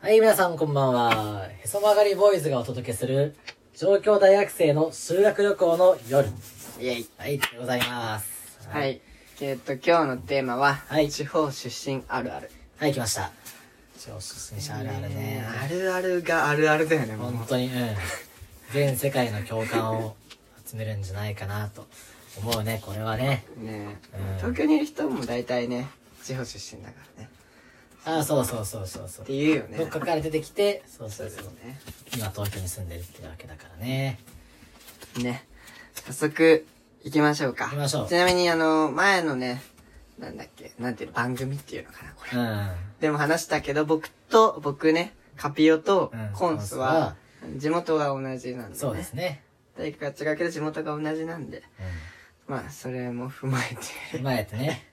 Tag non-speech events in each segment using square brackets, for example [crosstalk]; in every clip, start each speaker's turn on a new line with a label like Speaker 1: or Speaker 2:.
Speaker 1: はい、皆さんこんばんは。へそ曲がりボーイズがお届けする、上京大学生の修学旅行の夜。
Speaker 2: イェイ。
Speaker 1: はい、でございます。。
Speaker 2: はいい。えーっと、今日のテーマは、
Speaker 1: はい
Speaker 2: 地方出身あるある。
Speaker 1: はい、来ました。超出身者あるあるね。
Speaker 2: えーあるあるがあるあるだよね、もう
Speaker 1: 本当に、うん。全世界の共感を集めるんじゃないかなと思うね、これはね。
Speaker 2: ね
Speaker 1: うん
Speaker 2: 東京にいる人も大体ね、地方出身だからね。
Speaker 1: あ、そうそうそうそうそう
Speaker 2: って。言うよね。
Speaker 1: どっかから出てきて、そう
Speaker 2: そ
Speaker 1: そうう
Speaker 2: だ
Speaker 1: そ
Speaker 2: よ
Speaker 1: う。
Speaker 2: ね。
Speaker 1: 今東京に住んでるってわけだからね。
Speaker 2: ね。早速、行きましょうか。
Speaker 1: 行きましょう
Speaker 2: ちなみに、あの、前のね、なんだっけ、なんていうの番組っていうのかな、これ。
Speaker 1: うん。
Speaker 2: でも話したけど、僕と、僕ね、カピオと
Speaker 1: うん
Speaker 2: コンスは、地元が同じなんで、ね。
Speaker 1: そうですね。
Speaker 2: 体育が違うけど地元が同じなんで。まあ、それも踏まえ
Speaker 1: う
Speaker 2: て。
Speaker 1: ん。踏まえてね。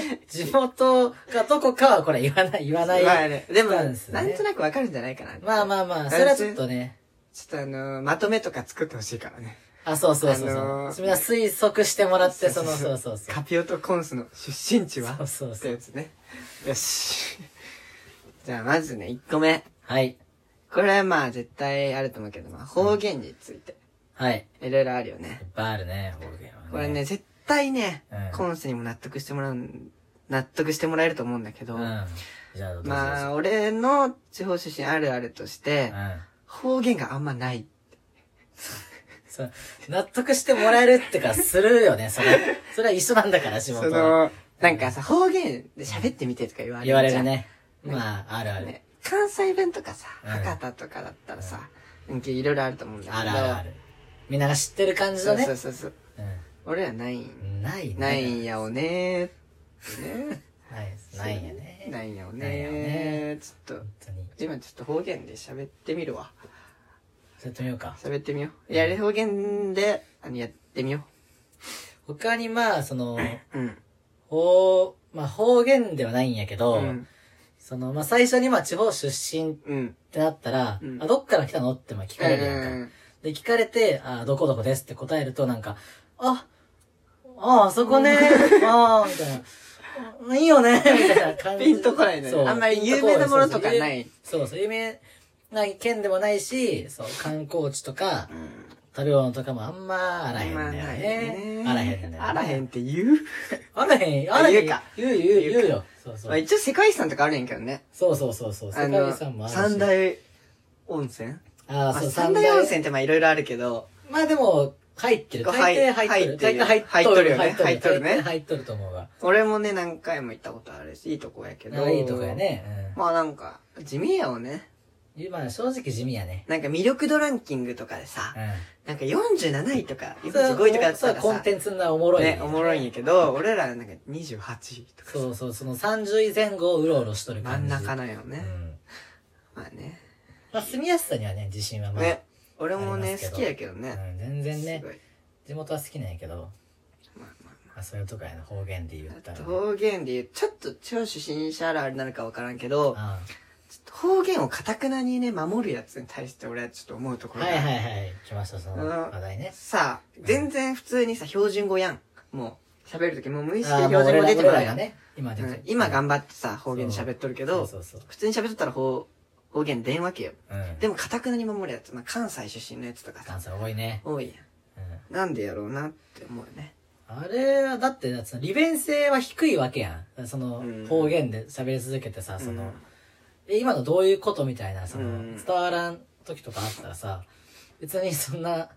Speaker 1: [laughs] 地元がどこかはこれ言わない、言わない。
Speaker 2: まあね、でも、
Speaker 1: そうですね
Speaker 2: なんとなくわかるんじゃないかな。
Speaker 1: まあまあまあ、それはちょっとね。
Speaker 2: ちょっとあのーまとめとか作ってほしいからね。
Speaker 1: あ、そうそうそうそう。
Speaker 2: あのー
Speaker 1: それは推測してもらって、その、そうそうそう。
Speaker 2: カピオとコンスの出身地は
Speaker 1: そうそうそう
Speaker 2: ってやつね。よし。じゃあまずね、1個目。
Speaker 1: はい。
Speaker 2: これはまあ絶対あると思うけど、まあ方言について。
Speaker 1: はい。
Speaker 2: いろいろあるよね
Speaker 1: い。っぱいあるね、方言はね。
Speaker 2: これね、絶対ね、
Speaker 1: うん
Speaker 2: コンスにも納得してもらう、納得してもらえると思うんだけ
Speaker 1: う
Speaker 2: ど、
Speaker 1: ん。じゃあ、どうぞ。
Speaker 2: まあ、俺の地方出身あるあるとして、
Speaker 1: うん。
Speaker 2: 方言があんまない。
Speaker 1: そう納得してもらえるってか、するよね、それ。それは一緒なんだから、仕
Speaker 2: そ
Speaker 1: 事は。
Speaker 2: の、なんかさ、方言で喋ってみてとか言われるじ
Speaker 1: 言
Speaker 2: ゃん。
Speaker 1: われるね。まあ、あるある。
Speaker 2: ね。関西弁とかさ、
Speaker 1: うん
Speaker 2: 博多とかだったらさ、なんかいろいろあると思うんだけど。
Speaker 1: あるあるある。みんなが知ってる感じ
Speaker 2: そ
Speaker 1: の
Speaker 2: うそう
Speaker 1: ね。
Speaker 2: そうそう。
Speaker 1: う
Speaker 2: 俺らないん。
Speaker 1: ん。ないね。
Speaker 2: ないんやおねー。ね。
Speaker 1: ないです。ないよね。
Speaker 2: ないんやお
Speaker 1: ないんやおね
Speaker 2: ねー。ちょっと
Speaker 1: 本、当に。
Speaker 2: 今ちょっと方言で喋ってみるわ。
Speaker 1: それとみようか。
Speaker 2: 喋ってみよう。いや、方言で、あの、やってみよ
Speaker 1: 他にまあ、そ [laughs] の、
Speaker 2: う。うん。
Speaker 1: 方、まあ方言ではないんやけど、
Speaker 2: うん。
Speaker 1: その、まあ最初にまあ地方出身っ
Speaker 2: うん。
Speaker 1: てなったら、
Speaker 2: うん
Speaker 1: あ、どっから来たのってまあ聞かれるやんか。
Speaker 2: うん
Speaker 1: で、聞かれて、あ、どこどこですって答えると、なんか、あ、あ、あそこね、ああ、みたいな。あいいよね、みたいな感じ。
Speaker 2: [laughs] ピンとこないね
Speaker 1: そう
Speaker 2: あんまり有名なものとかない。
Speaker 1: そうそう、有名な県でもないし、そう、観光地とか、食べ物とかもあんまあらへんだよ
Speaker 2: まあない
Speaker 1: ね。
Speaker 2: ね
Speaker 1: あらへんね。
Speaker 2: あらへんって言う
Speaker 1: あらへん、あらへん。
Speaker 2: 言うか
Speaker 1: 言う言う言うよ。そうそ
Speaker 2: まあ
Speaker 1: う。
Speaker 2: 一応世界遺産とかあるんやけどね。
Speaker 1: そうそうそうそう。世界遺産もあるし。
Speaker 2: 三大温泉
Speaker 1: ああ、
Speaker 2: まあ
Speaker 1: そう、
Speaker 2: 三大温。泉ってまあいろいろあるけど、
Speaker 1: まあでも、入ってる。
Speaker 2: こう
Speaker 1: 大抵入
Speaker 2: 入
Speaker 1: ってる。
Speaker 2: 入ってる
Speaker 1: 大抵入っとる。
Speaker 2: 入っ
Speaker 1: 大抵
Speaker 2: とるよね入っとるね
Speaker 1: 入っとると思うわ。
Speaker 2: 俺もね、何回も行ったことあるし、いいとこやけど。
Speaker 1: あいいとこや。ね。
Speaker 2: まあなんか、地味やをね。
Speaker 1: うん。まあ正直地味やね。
Speaker 2: なんか魅力度ランキングとかでさ、
Speaker 1: う
Speaker 2: なんか47位とか、
Speaker 1: ん。
Speaker 2: 45位とかだっ
Speaker 1: そ
Speaker 2: た
Speaker 1: う
Speaker 2: ら
Speaker 1: コン
Speaker 2: さ、
Speaker 1: テンツなおもろい。
Speaker 2: ね、おもろいんやけど、俺らなんか28位とかさ、
Speaker 1: そうそう、その30位前後をうろうろしとる
Speaker 2: 真
Speaker 1: 感
Speaker 2: ん
Speaker 1: じ。
Speaker 2: 中なんよ
Speaker 1: う
Speaker 2: ね。
Speaker 1: ん。
Speaker 2: まあね。
Speaker 1: まあ住みやすさにはね、自信はまあ。
Speaker 2: ね。俺も
Speaker 1: ありま
Speaker 2: ね、
Speaker 1: すけど
Speaker 2: 好きやけど
Speaker 1: う
Speaker 2: ね。
Speaker 1: ん、全然ね
Speaker 2: す。ごい
Speaker 1: 地元は好きなんやけど、
Speaker 2: まあまあ
Speaker 1: まあそういうとこやな、方言で言った
Speaker 2: あ
Speaker 1: ら
Speaker 2: と
Speaker 1: ね。
Speaker 2: 方言で言う、ちょっと超初心者あるあるなのかわからんけど、
Speaker 1: あ
Speaker 2: ちょっと方言をかたくなにね、守るやつに対して俺はちょっと思うとこ
Speaker 1: あ
Speaker 2: ろが。
Speaker 1: はいはいはい。来ました、その
Speaker 2: うん
Speaker 1: 話題ね。
Speaker 2: さあ、全然普通にさ、標準語やん。もう、喋るときもう無意識
Speaker 1: あ
Speaker 2: で
Speaker 1: あもう
Speaker 2: 標準語出てもらうやん。
Speaker 1: ね。今出
Speaker 2: う
Speaker 1: て
Speaker 2: ん
Speaker 1: る
Speaker 2: 今頑張ってさ、方言で喋っとるけど、
Speaker 1: そうそう
Speaker 2: 普通に喋っとったら方方言出んわけよ。
Speaker 1: そう。うん。
Speaker 2: でも、かたくなに守るやつ、まあ、関西出身のやつとかさ
Speaker 1: 関、西多いね。
Speaker 2: 多いや
Speaker 1: うん。
Speaker 2: ん。なんでやろうなって思うよね。
Speaker 1: あれは、だって、その利便性は低いわけやん。その
Speaker 2: うん、
Speaker 1: 方言で喋り続けてさ、そ
Speaker 2: うん
Speaker 1: の、え、今のどういうことみたいな、その
Speaker 2: うん、
Speaker 1: 伝わらん時とかあったらさ、別にそんな、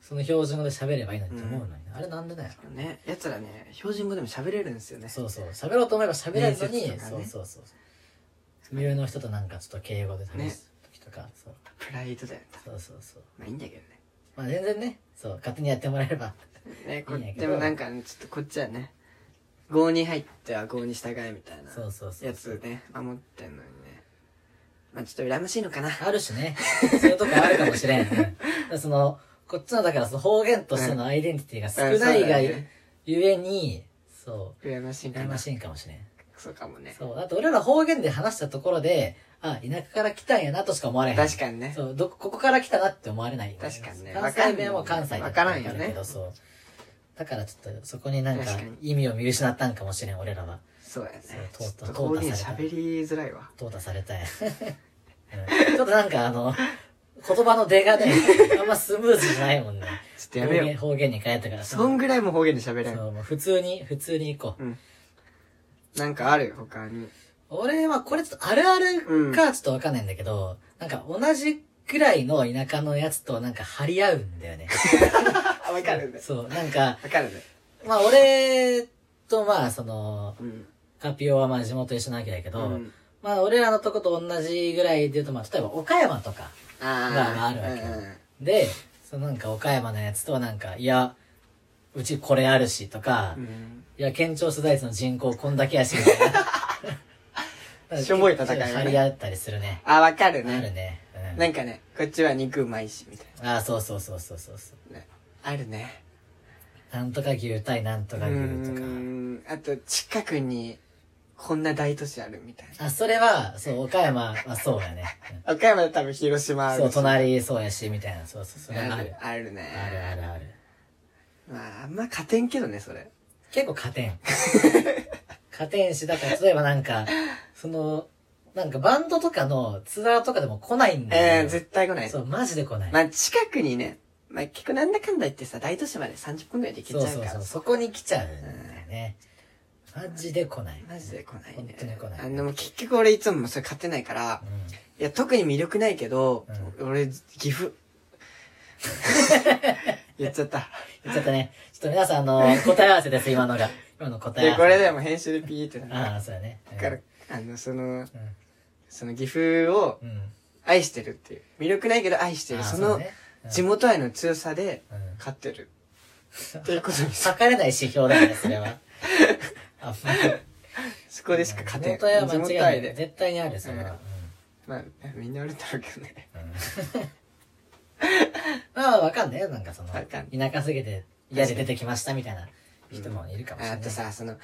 Speaker 1: その標準語で喋ればいいのにと思うのにな。あれなんでだよ。
Speaker 2: ね、やつらね、標準語でも喋れるんですよね。
Speaker 1: そうそう。喋ろうと思えば喋れるのに、
Speaker 2: 面接とか
Speaker 1: そう
Speaker 2: ね
Speaker 1: そうそう。上の人となんかちょっと敬語で試す時とか、そう
Speaker 2: プライドだよ。
Speaker 1: そうそうそう。
Speaker 2: まあいいんだけどね。
Speaker 1: まあ全然ね、そう、勝手にやってもらえれば。
Speaker 2: ね、こ
Speaker 1: いいんやけど
Speaker 2: でもなんかね、ちょっとこっちはね、郷に入っては郷に従えみたいな
Speaker 1: そうそうそう。
Speaker 2: やつね、守ってんのにね。まあちょっと羨ましいのかな。
Speaker 1: あるしね。そういうとこあるかもしれん。うんだからその、こっちの、だからその方言としてのアイデンティティが少ないが
Speaker 2: うんそうだよね
Speaker 1: ゆえに、そ、
Speaker 2: 羨ましいうか
Speaker 1: 羨
Speaker 2: な
Speaker 1: ま。しいんかもしれん。
Speaker 2: そうかもね。
Speaker 1: そう、だって俺ら方言で話したところで、あ、田舎から来たんやなとしか思われへん。
Speaker 2: 確かにね。
Speaker 1: そう、どこ、ここから来たなって思われない。
Speaker 2: 確かにね
Speaker 1: 関西弁は関西
Speaker 2: わからんよね
Speaker 1: だけど、そう。だからちょっと、そこになんか
Speaker 2: 確かに、
Speaker 1: 意味を見失ったんかもしれん、俺らは。
Speaker 2: そうやね
Speaker 1: そ
Speaker 2: ちょ
Speaker 1: う
Speaker 2: っ
Speaker 1: 淘汰
Speaker 2: とこうい
Speaker 1: 淘
Speaker 2: う
Speaker 1: 汰された
Speaker 2: 喋りづらいわ
Speaker 1: 淘汰され
Speaker 2: [laughs]
Speaker 1: たい、うんちょっとなんかあの言葉の出が
Speaker 2: [laughs]
Speaker 1: ねあんまスムーズじゃないもんね
Speaker 2: ちょっ
Speaker 1: 方
Speaker 2: とやめよ
Speaker 1: 言
Speaker 2: う
Speaker 1: 方言に変えたから
Speaker 2: そんぐらいもう方言で喋れん
Speaker 1: そうもう普通に普通に行こう
Speaker 2: うんなんかある他
Speaker 1: [laughs]
Speaker 2: に
Speaker 1: 俺はこれちょっとあるあるかちょっとわかんないんだけど、なんか同じくらいの田舎のやつとなんか張り合うんだよね。
Speaker 2: あ分かるね
Speaker 1: そう、なんか、
Speaker 2: 分かるね
Speaker 1: まあ俺とまあその、
Speaker 2: うん
Speaker 1: カピオはまあ地元一緒なわけだけど、
Speaker 2: うん
Speaker 1: まあ俺らのとこと同じぐらいで言うとまあ例えば岡山とかまあ
Speaker 2: あ
Speaker 1: あるわけよ
Speaker 2: うんうん
Speaker 1: で、そのなんか岡山のやつとはなんか、いや、うちこれあるしとか、いや、県庁所在地の人口こんだけやしみたい
Speaker 2: [laughs]
Speaker 1: な。
Speaker 2: しょぼい戦いがね
Speaker 1: 張り合ったりするね。
Speaker 2: あ分かる
Speaker 1: ある
Speaker 2: ね
Speaker 1: ね。うん
Speaker 2: なんかねこっちは肉うまいしみたい
Speaker 1: ああ、そうそうそうそうそうそう。
Speaker 2: なねあるね
Speaker 1: なんとか牛対なんと
Speaker 2: う
Speaker 1: か牛とか。
Speaker 2: んあと近くにこんな大都市あるみたい
Speaker 1: あ、それは、そう、岡山はそうやね。
Speaker 2: な岡山で多分広島
Speaker 1: う
Speaker 2: あ
Speaker 1: ん
Speaker 2: る
Speaker 1: そう、
Speaker 2: し
Speaker 1: 隣そうやし、みたいな。そうそうそう。あ
Speaker 2: ある
Speaker 1: る。
Speaker 2: あるね
Speaker 1: あるあるある。
Speaker 2: まああんま勝てんけどねそれ
Speaker 1: 結構加点。加点し、だから、例えばなんか、その、なんかバンドとかのツアーとかでも来ないんだよ。
Speaker 2: えー、絶対来ない
Speaker 1: そう、マジで来ない。
Speaker 2: まあ近くにね、まあ結構なんだかんだ言ってさ、大都市まで30分ぐらいで行け
Speaker 1: そ
Speaker 2: ち
Speaker 1: う
Speaker 2: ゃ
Speaker 1: そうう
Speaker 2: か
Speaker 1: そう。
Speaker 2: ら。
Speaker 1: そこに来ちゃうんだよね。マジで来ない。
Speaker 2: マジで来ないね。
Speaker 1: 本当に来ない
Speaker 2: あの、結局俺いつもそれ勝てないから、いや、特に魅力ないけど、俺、
Speaker 1: [laughs]
Speaker 2: 岐阜。言っちゃった。
Speaker 1: うん。ちょっとね、ちょっと皆さん、あの、答え合わせです、今のが。今の答
Speaker 2: い
Speaker 1: え合わせ。
Speaker 2: や、これでも編集でピーってなる。
Speaker 1: ああ、そうだね。うん
Speaker 2: だから、あの、その、
Speaker 1: うん
Speaker 2: その岐阜を
Speaker 1: うん。
Speaker 2: 愛してるっていう。魅力ないけど愛して
Speaker 1: あ
Speaker 2: る。
Speaker 1: ー
Speaker 2: そうの
Speaker 1: ねうん
Speaker 2: 地元愛の強さで
Speaker 1: うん
Speaker 2: 勝ってる。っていうこと
Speaker 1: [laughs]
Speaker 2: にする。
Speaker 1: 測れない指標だよね、それ
Speaker 2: [laughs]
Speaker 1: は。あんまり。
Speaker 2: そこでしか勝て
Speaker 1: 地元
Speaker 2: ない。
Speaker 1: は
Speaker 2: 地元
Speaker 1: 間違い
Speaker 2: 愛
Speaker 1: ない。
Speaker 2: で。
Speaker 1: 絶対にある、それ
Speaker 2: う
Speaker 1: は
Speaker 2: ん。まあ、みんなあるだろうけどね。
Speaker 1: うんうんまあ、わかんないよ。なんかその、
Speaker 2: わかん
Speaker 1: 田舎すぎて嫌で出てきましたみたいな人もいるかもしれな
Speaker 2: あ
Speaker 1: い。
Speaker 2: とさ、その、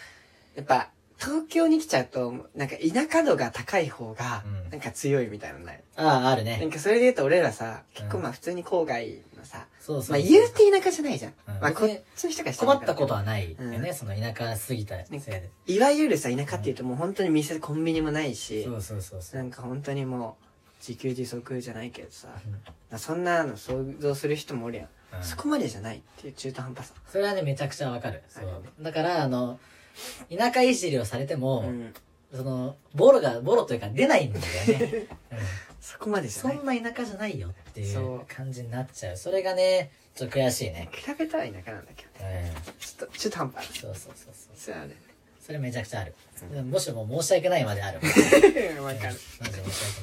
Speaker 2: やっぱ、東京に来ちゃうと、なんか田舎度が高い方が
Speaker 1: うん、
Speaker 2: なんか強いみたいなのない。
Speaker 1: ああ、ある
Speaker 2: なん
Speaker 1: ね。
Speaker 2: かそれで言うと俺らさ、結構
Speaker 1: うん
Speaker 2: まあ普通に郊外のさ、
Speaker 1: そうそう。
Speaker 2: まあ言うて田舎じゃないじゃん
Speaker 1: うん。
Speaker 2: まあこ
Speaker 1: 別に
Speaker 2: っちの人が
Speaker 1: 困ったこと
Speaker 2: は。
Speaker 1: はないよ
Speaker 2: う
Speaker 1: ね。その田舎すぎたせいで。
Speaker 2: いわゆるさ、田舎って言うともう本当に店、コンビニもないし
Speaker 1: そ、うそうそうそ
Speaker 2: な
Speaker 1: う。
Speaker 2: んか本当にもう、自給自足じゃないけどさ、
Speaker 1: うん
Speaker 2: そんなの想像する人もおるやん。
Speaker 1: うん
Speaker 2: そこまでじゃないっていう中途半端さ。
Speaker 1: それはね、めちゃくちゃわかる。そ
Speaker 2: ある
Speaker 1: う
Speaker 2: よね。
Speaker 1: だから、あの、田舎いじりをされて
Speaker 2: う
Speaker 1: も、
Speaker 2: ん。
Speaker 1: その、ボロが、ボロというか出ないん
Speaker 2: [laughs]
Speaker 1: だよね。うん
Speaker 2: そこまでじゃ
Speaker 1: そ
Speaker 2: ない。比
Speaker 1: んな田舎じゃないよってい
Speaker 2: そうう
Speaker 1: 感じになっちゃう。それがね、ちょっと悔しいね。
Speaker 2: べたら田舎なんだけどね。
Speaker 1: うん。
Speaker 2: ちょっと中途半端。
Speaker 1: そうそうそうそう。
Speaker 2: そうやね。
Speaker 1: それめちゃくちゃある。もしもう申し訳ないまである。 [laughs]
Speaker 2: わかる。
Speaker 1: マジで申し訳な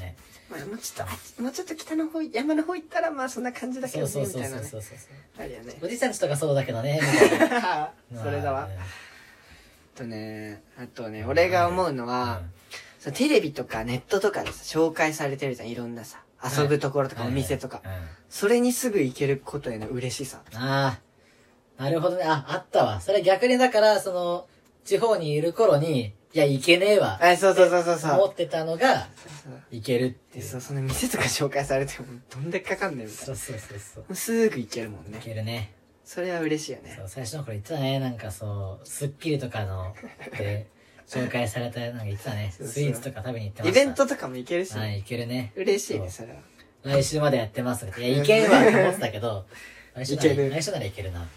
Speaker 1: い。
Speaker 2: まあ、もうちょっと、もうちょっと北の方、山の方行ったら、まあそんな感じだけ
Speaker 1: そう
Speaker 2: ど
Speaker 1: そ
Speaker 2: ね、
Speaker 1: う
Speaker 2: み
Speaker 1: そ
Speaker 2: た
Speaker 1: う
Speaker 2: い
Speaker 1: そう
Speaker 2: なね
Speaker 1: そ。うそう。
Speaker 2: あるよ
Speaker 1: [laughs]
Speaker 2: ね。
Speaker 1: おじさんちとかそうだけどね。みたいな
Speaker 2: [laughs] それだわ。
Speaker 1: うん
Speaker 2: あとね、あとね、俺が思うのは、そのテレビとかネットとかでさ、紹介されてるじゃん、いろんなさ、遊ぶところとかお店とか。
Speaker 1: うんうん
Speaker 2: それにすぐ行けることへの嬉しさ。
Speaker 1: ああ、なるほどね。あ、あったわ。それ逆にだから、その、地方にいる頃に、いや、行けねえわ。
Speaker 2: あ、そうそうそうそう
Speaker 1: 思
Speaker 2: そ
Speaker 1: ってたのが、
Speaker 2: う。
Speaker 1: 行けるってい
Speaker 2: で、
Speaker 1: う。
Speaker 2: そう、その店とか紹介されても、どんだけかかんねんみたいな。
Speaker 1: そうそうそうそう。
Speaker 2: もうすぐ行けるもん
Speaker 1: 行
Speaker 2: ね。
Speaker 1: けるね。
Speaker 2: それは嬉しいよね
Speaker 1: そ。う、最初の頃言ってたね。なんかそう、スッキリとかの、
Speaker 2: [laughs]
Speaker 1: で、紹介された、なんか言ってたね。
Speaker 2: そうそう
Speaker 1: スイーツとか食べに行ってま
Speaker 2: イ
Speaker 1: した。
Speaker 2: ベントとかも行けるしね、
Speaker 1: はい、行けるね。
Speaker 2: 嬉しいね、それは。
Speaker 1: 来週までやってますって。いや、行けんわって思ってたけ
Speaker 2: [laughs]
Speaker 1: ど、来週なら、
Speaker 2: 行ける
Speaker 1: 来週なら行けるな。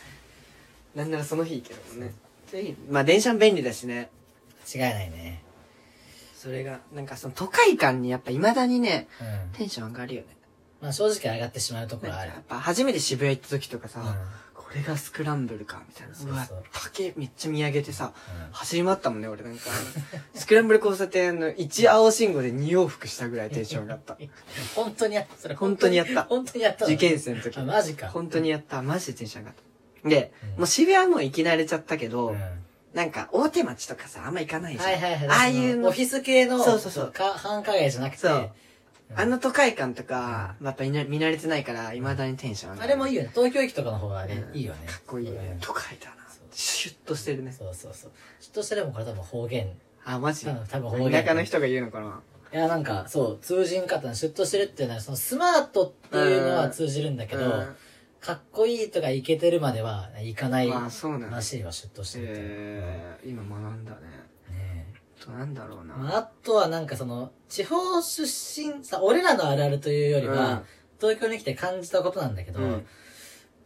Speaker 2: なんならその日行けるもんね。でいいまあ電車も便利だしね。
Speaker 1: 違いないね。
Speaker 2: それが、なんかその都会感にやっぱ未だにね、
Speaker 1: うん。
Speaker 2: テンション上がるよね。
Speaker 1: まあ正直上がってしまうとこ
Speaker 2: なん
Speaker 1: ろは
Speaker 2: か
Speaker 1: ある
Speaker 2: や。っぱ初めて渋谷行った時とかさ、
Speaker 1: うん
Speaker 2: これがスクランブルか、みたいな。
Speaker 1: そう
Speaker 2: う
Speaker 1: そう
Speaker 2: わ、竹めっちゃ見上げてさ、
Speaker 1: うん
Speaker 2: 走り回ったもんね、俺なんか。スクランブル交差点の1青信号で2往復したぐらいテンション上
Speaker 1: [laughs]
Speaker 2: がった。
Speaker 1: 本当にやった。それ
Speaker 2: 本当にやった
Speaker 1: 本当にやったの。
Speaker 2: 受験生の時
Speaker 1: あ、。マジか。
Speaker 2: 本当にやった。マジでテンション上がった。で、
Speaker 1: うん
Speaker 2: もう渋谷はもう行き慣れちゃったけど、
Speaker 1: うん
Speaker 2: なんか大手町とかさ、あんま行かないじゃん。
Speaker 1: はいはいはい。
Speaker 2: ああいうの
Speaker 1: オフィス系の、
Speaker 2: そうそうそう
Speaker 1: か繁華街じゃなくて、
Speaker 2: そうあの都会感とか、やっぱ見慣見慣れてないから、未だにテンション上が
Speaker 1: あ
Speaker 2: る。
Speaker 1: れもいいよね。東京駅とかの方がね、
Speaker 2: うん
Speaker 1: いいよね。
Speaker 2: かっこいいよね
Speaker 1: う。ん
Speaker 2: 都会だな
Speaker 1: そう。
Speaker 2: シュッとしてるね。
Speaker 1: そうそうそう。ちょっとしてでもこれ多分方言。
Speaker 2: あ、マジ
Speaker 1: 多分多分方言。
Speaker 2: 田舎の人が言うのかない
Speaker 1: や、なんか、そう、通じんかったな。シュッとしてるっていうのは、そのスマートっていうのは通じるんだけど、
Speaker 2: うん
Speaker 1: かっこいいとかイケてるまではいかない
Speaker 2: あ、そうなん
Speaker 1: ら
Speaker 2: だ。
Speaker 1: しいわ、シュッとしてるって。
Speaker 2: えー、今学んだね。
Speaker 1: ねえ
Speaker 2: となんだろうな。
Speaker 1: まあ、あとはなんかその、地方出身、さ、俺らのあるあるというよりは、
Speaker 2: うん
Speaker 1: 東京に来て感じたことなんだけど、
Speaker 2: うん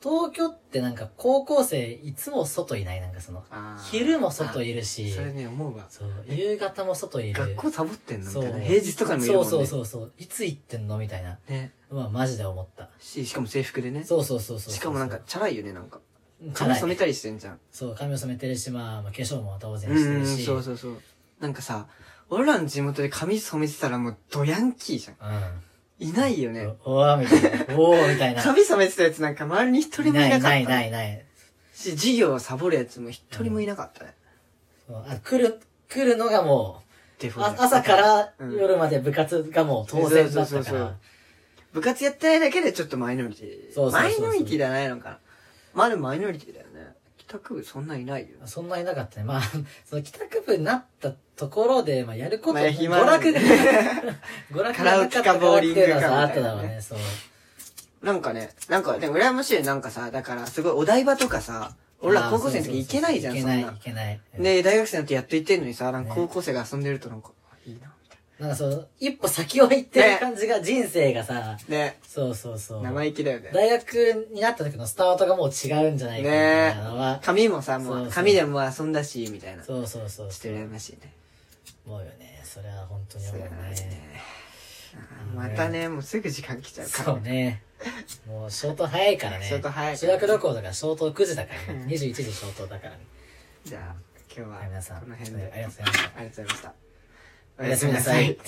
Speaker 1: 東京ってなんか高校生いつも外いない、なんかその、
Speaker 2: あー
Speaker 1: 昼も外いるし、
Speaker 2: それね、思うわ。
Speaker 1: そう、夕方も外いる。
Speaker 2: 学校サボってんのみ
Speaker 1: そ
Speaker 2: た
Speaker 1: う
Speaker 2: いな。平日とかにもいるもんね。
Speaker 1: そうそうそうそう。いつ行ってんのみたいな。
Speaker 2: ね。
Speaker 1: まあマジで思った。
Speaker 2: し、しかも制服でね。
Speaker 1: そうそうそうそう。
Speaker 2: しかもなんか、、チャラいよね、なんか。
Speaker 1: 髪
Speaker 2: 髪
Speaker 1: 染
Speaker 2: 染
Speaker 1: め
Speaker 2: めたりしてんじゃん。
Speaker 1: そう、髪を染めてるし、まあ、まあ化粧も当然
Speaker 2: うん
Speaker 1: して
Speaker 2: うん、
Speaker 1: るし。
Speaker 2: そうそうそう。なんかさ、俺らの地元で髪染めてたらもうドヤンキーじゃん。
Speaker 1: うん。
Speaker 2: いないよね。
Speaker 1: おおみたいな。おおみたいな。
Speaker 2: 髪染めてたやつなんか周りに一人もいなかった。
Speaker 1: ないないないない。
Speaker 2: し、授業をサボるやつも一人もいなかったね。
Speaker 1: そうあ来る、来るのがも
Speaker 2: デ
Speaker 1: う、
Speaker 2: フォ
Speaker 1: あ
Speaker 2: ルト
Speaker 1: 朝から
Speaker 2: うん
Speaker 1: 夜まで部活がもう当然だっ
Speaker 2: そ
Speaker 1: た
Speaker 2: うそ
Speaker 1: か
Speaker 2: うそうそう
Speaker 1: ら。
Speaker 2: 部活やってないだけでちょっとマイノリティ。
Speaker 1: そうそうそうそう
Speaker 2: マイノリティじゃないのかな。まだマイノリティだよね。帰宅部そんないないよ。
Speaker 1: そんないなかったね。まあ、 [laughs] その帰宅部になったところで、まあやること、
Speaker 2: まあ
Speaker 1: 娯
Speaker 2: 暇なん
Speaker 1: 楽
Speaker 2: で
Speaker 1: が、
Speaker 2: [laughs]
Speaker 1: 娯楽
Speaker 2: カラオケかボーリングかみたいなね
Speaker 1: があっただろうね、そう。
Speaker 2: なんかね、なんか、でも羨ましいよなんかさ、だからすごいお台場とかさ、俺ら高校生の時行けないじゃん、
Speaker 1: 行
Speaker 2: そ
Speaker 1: け
Speaker 2: ん
Speaker 1: ない、
Speaker 2: な
Speaker 1: 行。けない。
Speaker 2: で、大学生になってやっと行ってんのにさ、なんか
Speaker 1: ね
Speaker 2: 高校生が遊んでるとなんか、いいな、みたい
Speaker 1: なんかその、一歩先を行ってる感じが、人生がさ、
Speaker 2: な。ね、
Speaker 1: そうそうそう。
Speaker 2: 生意気だよね。
Speaker 1: 大学になった時のスタートがもう違うんじゃないかみたいなのは、
Speaker 2: 髪も
Speaker 1: そ
Speaker 2: さ、
Speaker 1: う
Speaker 2: も、
Speaker 1: そうう
Speaker 2: 髪でもう遊んだし、みたいな。ち
Speaker 1: そう
Speaker 2: ょ
Speaker 1: そうそう
Speaker 2: っと
Speaker 1: そう。
Speaker 2: 羨ましいね。
Speaker 1: 思うよね。それは本当に
Speaker 2: そう
Speaker 1: 思う
Speaker 2: やな
Speaker 1: ね。
Speaker 2: ね。あーまたね、もうすぐ時間来ちゃうから。
Speaker 1: そうね。もう、ショート早いからね。
Speaker 2: ショート早い
Speaker 1: 修学旅行だから、ショート9時だからね。21時ショートだからね。
Speaker 2: じゃあ、今日は
Speaker 1: はい皆さん、
Speaker 2: この
Speaker 1: あり
Speaker 2: 辺
Speaker 1: がとうご
Speaker 2: で。
Speaker 1: ざいました。
Speaker 2: ありがとうございました。
Speaker 1: おやすみなさい。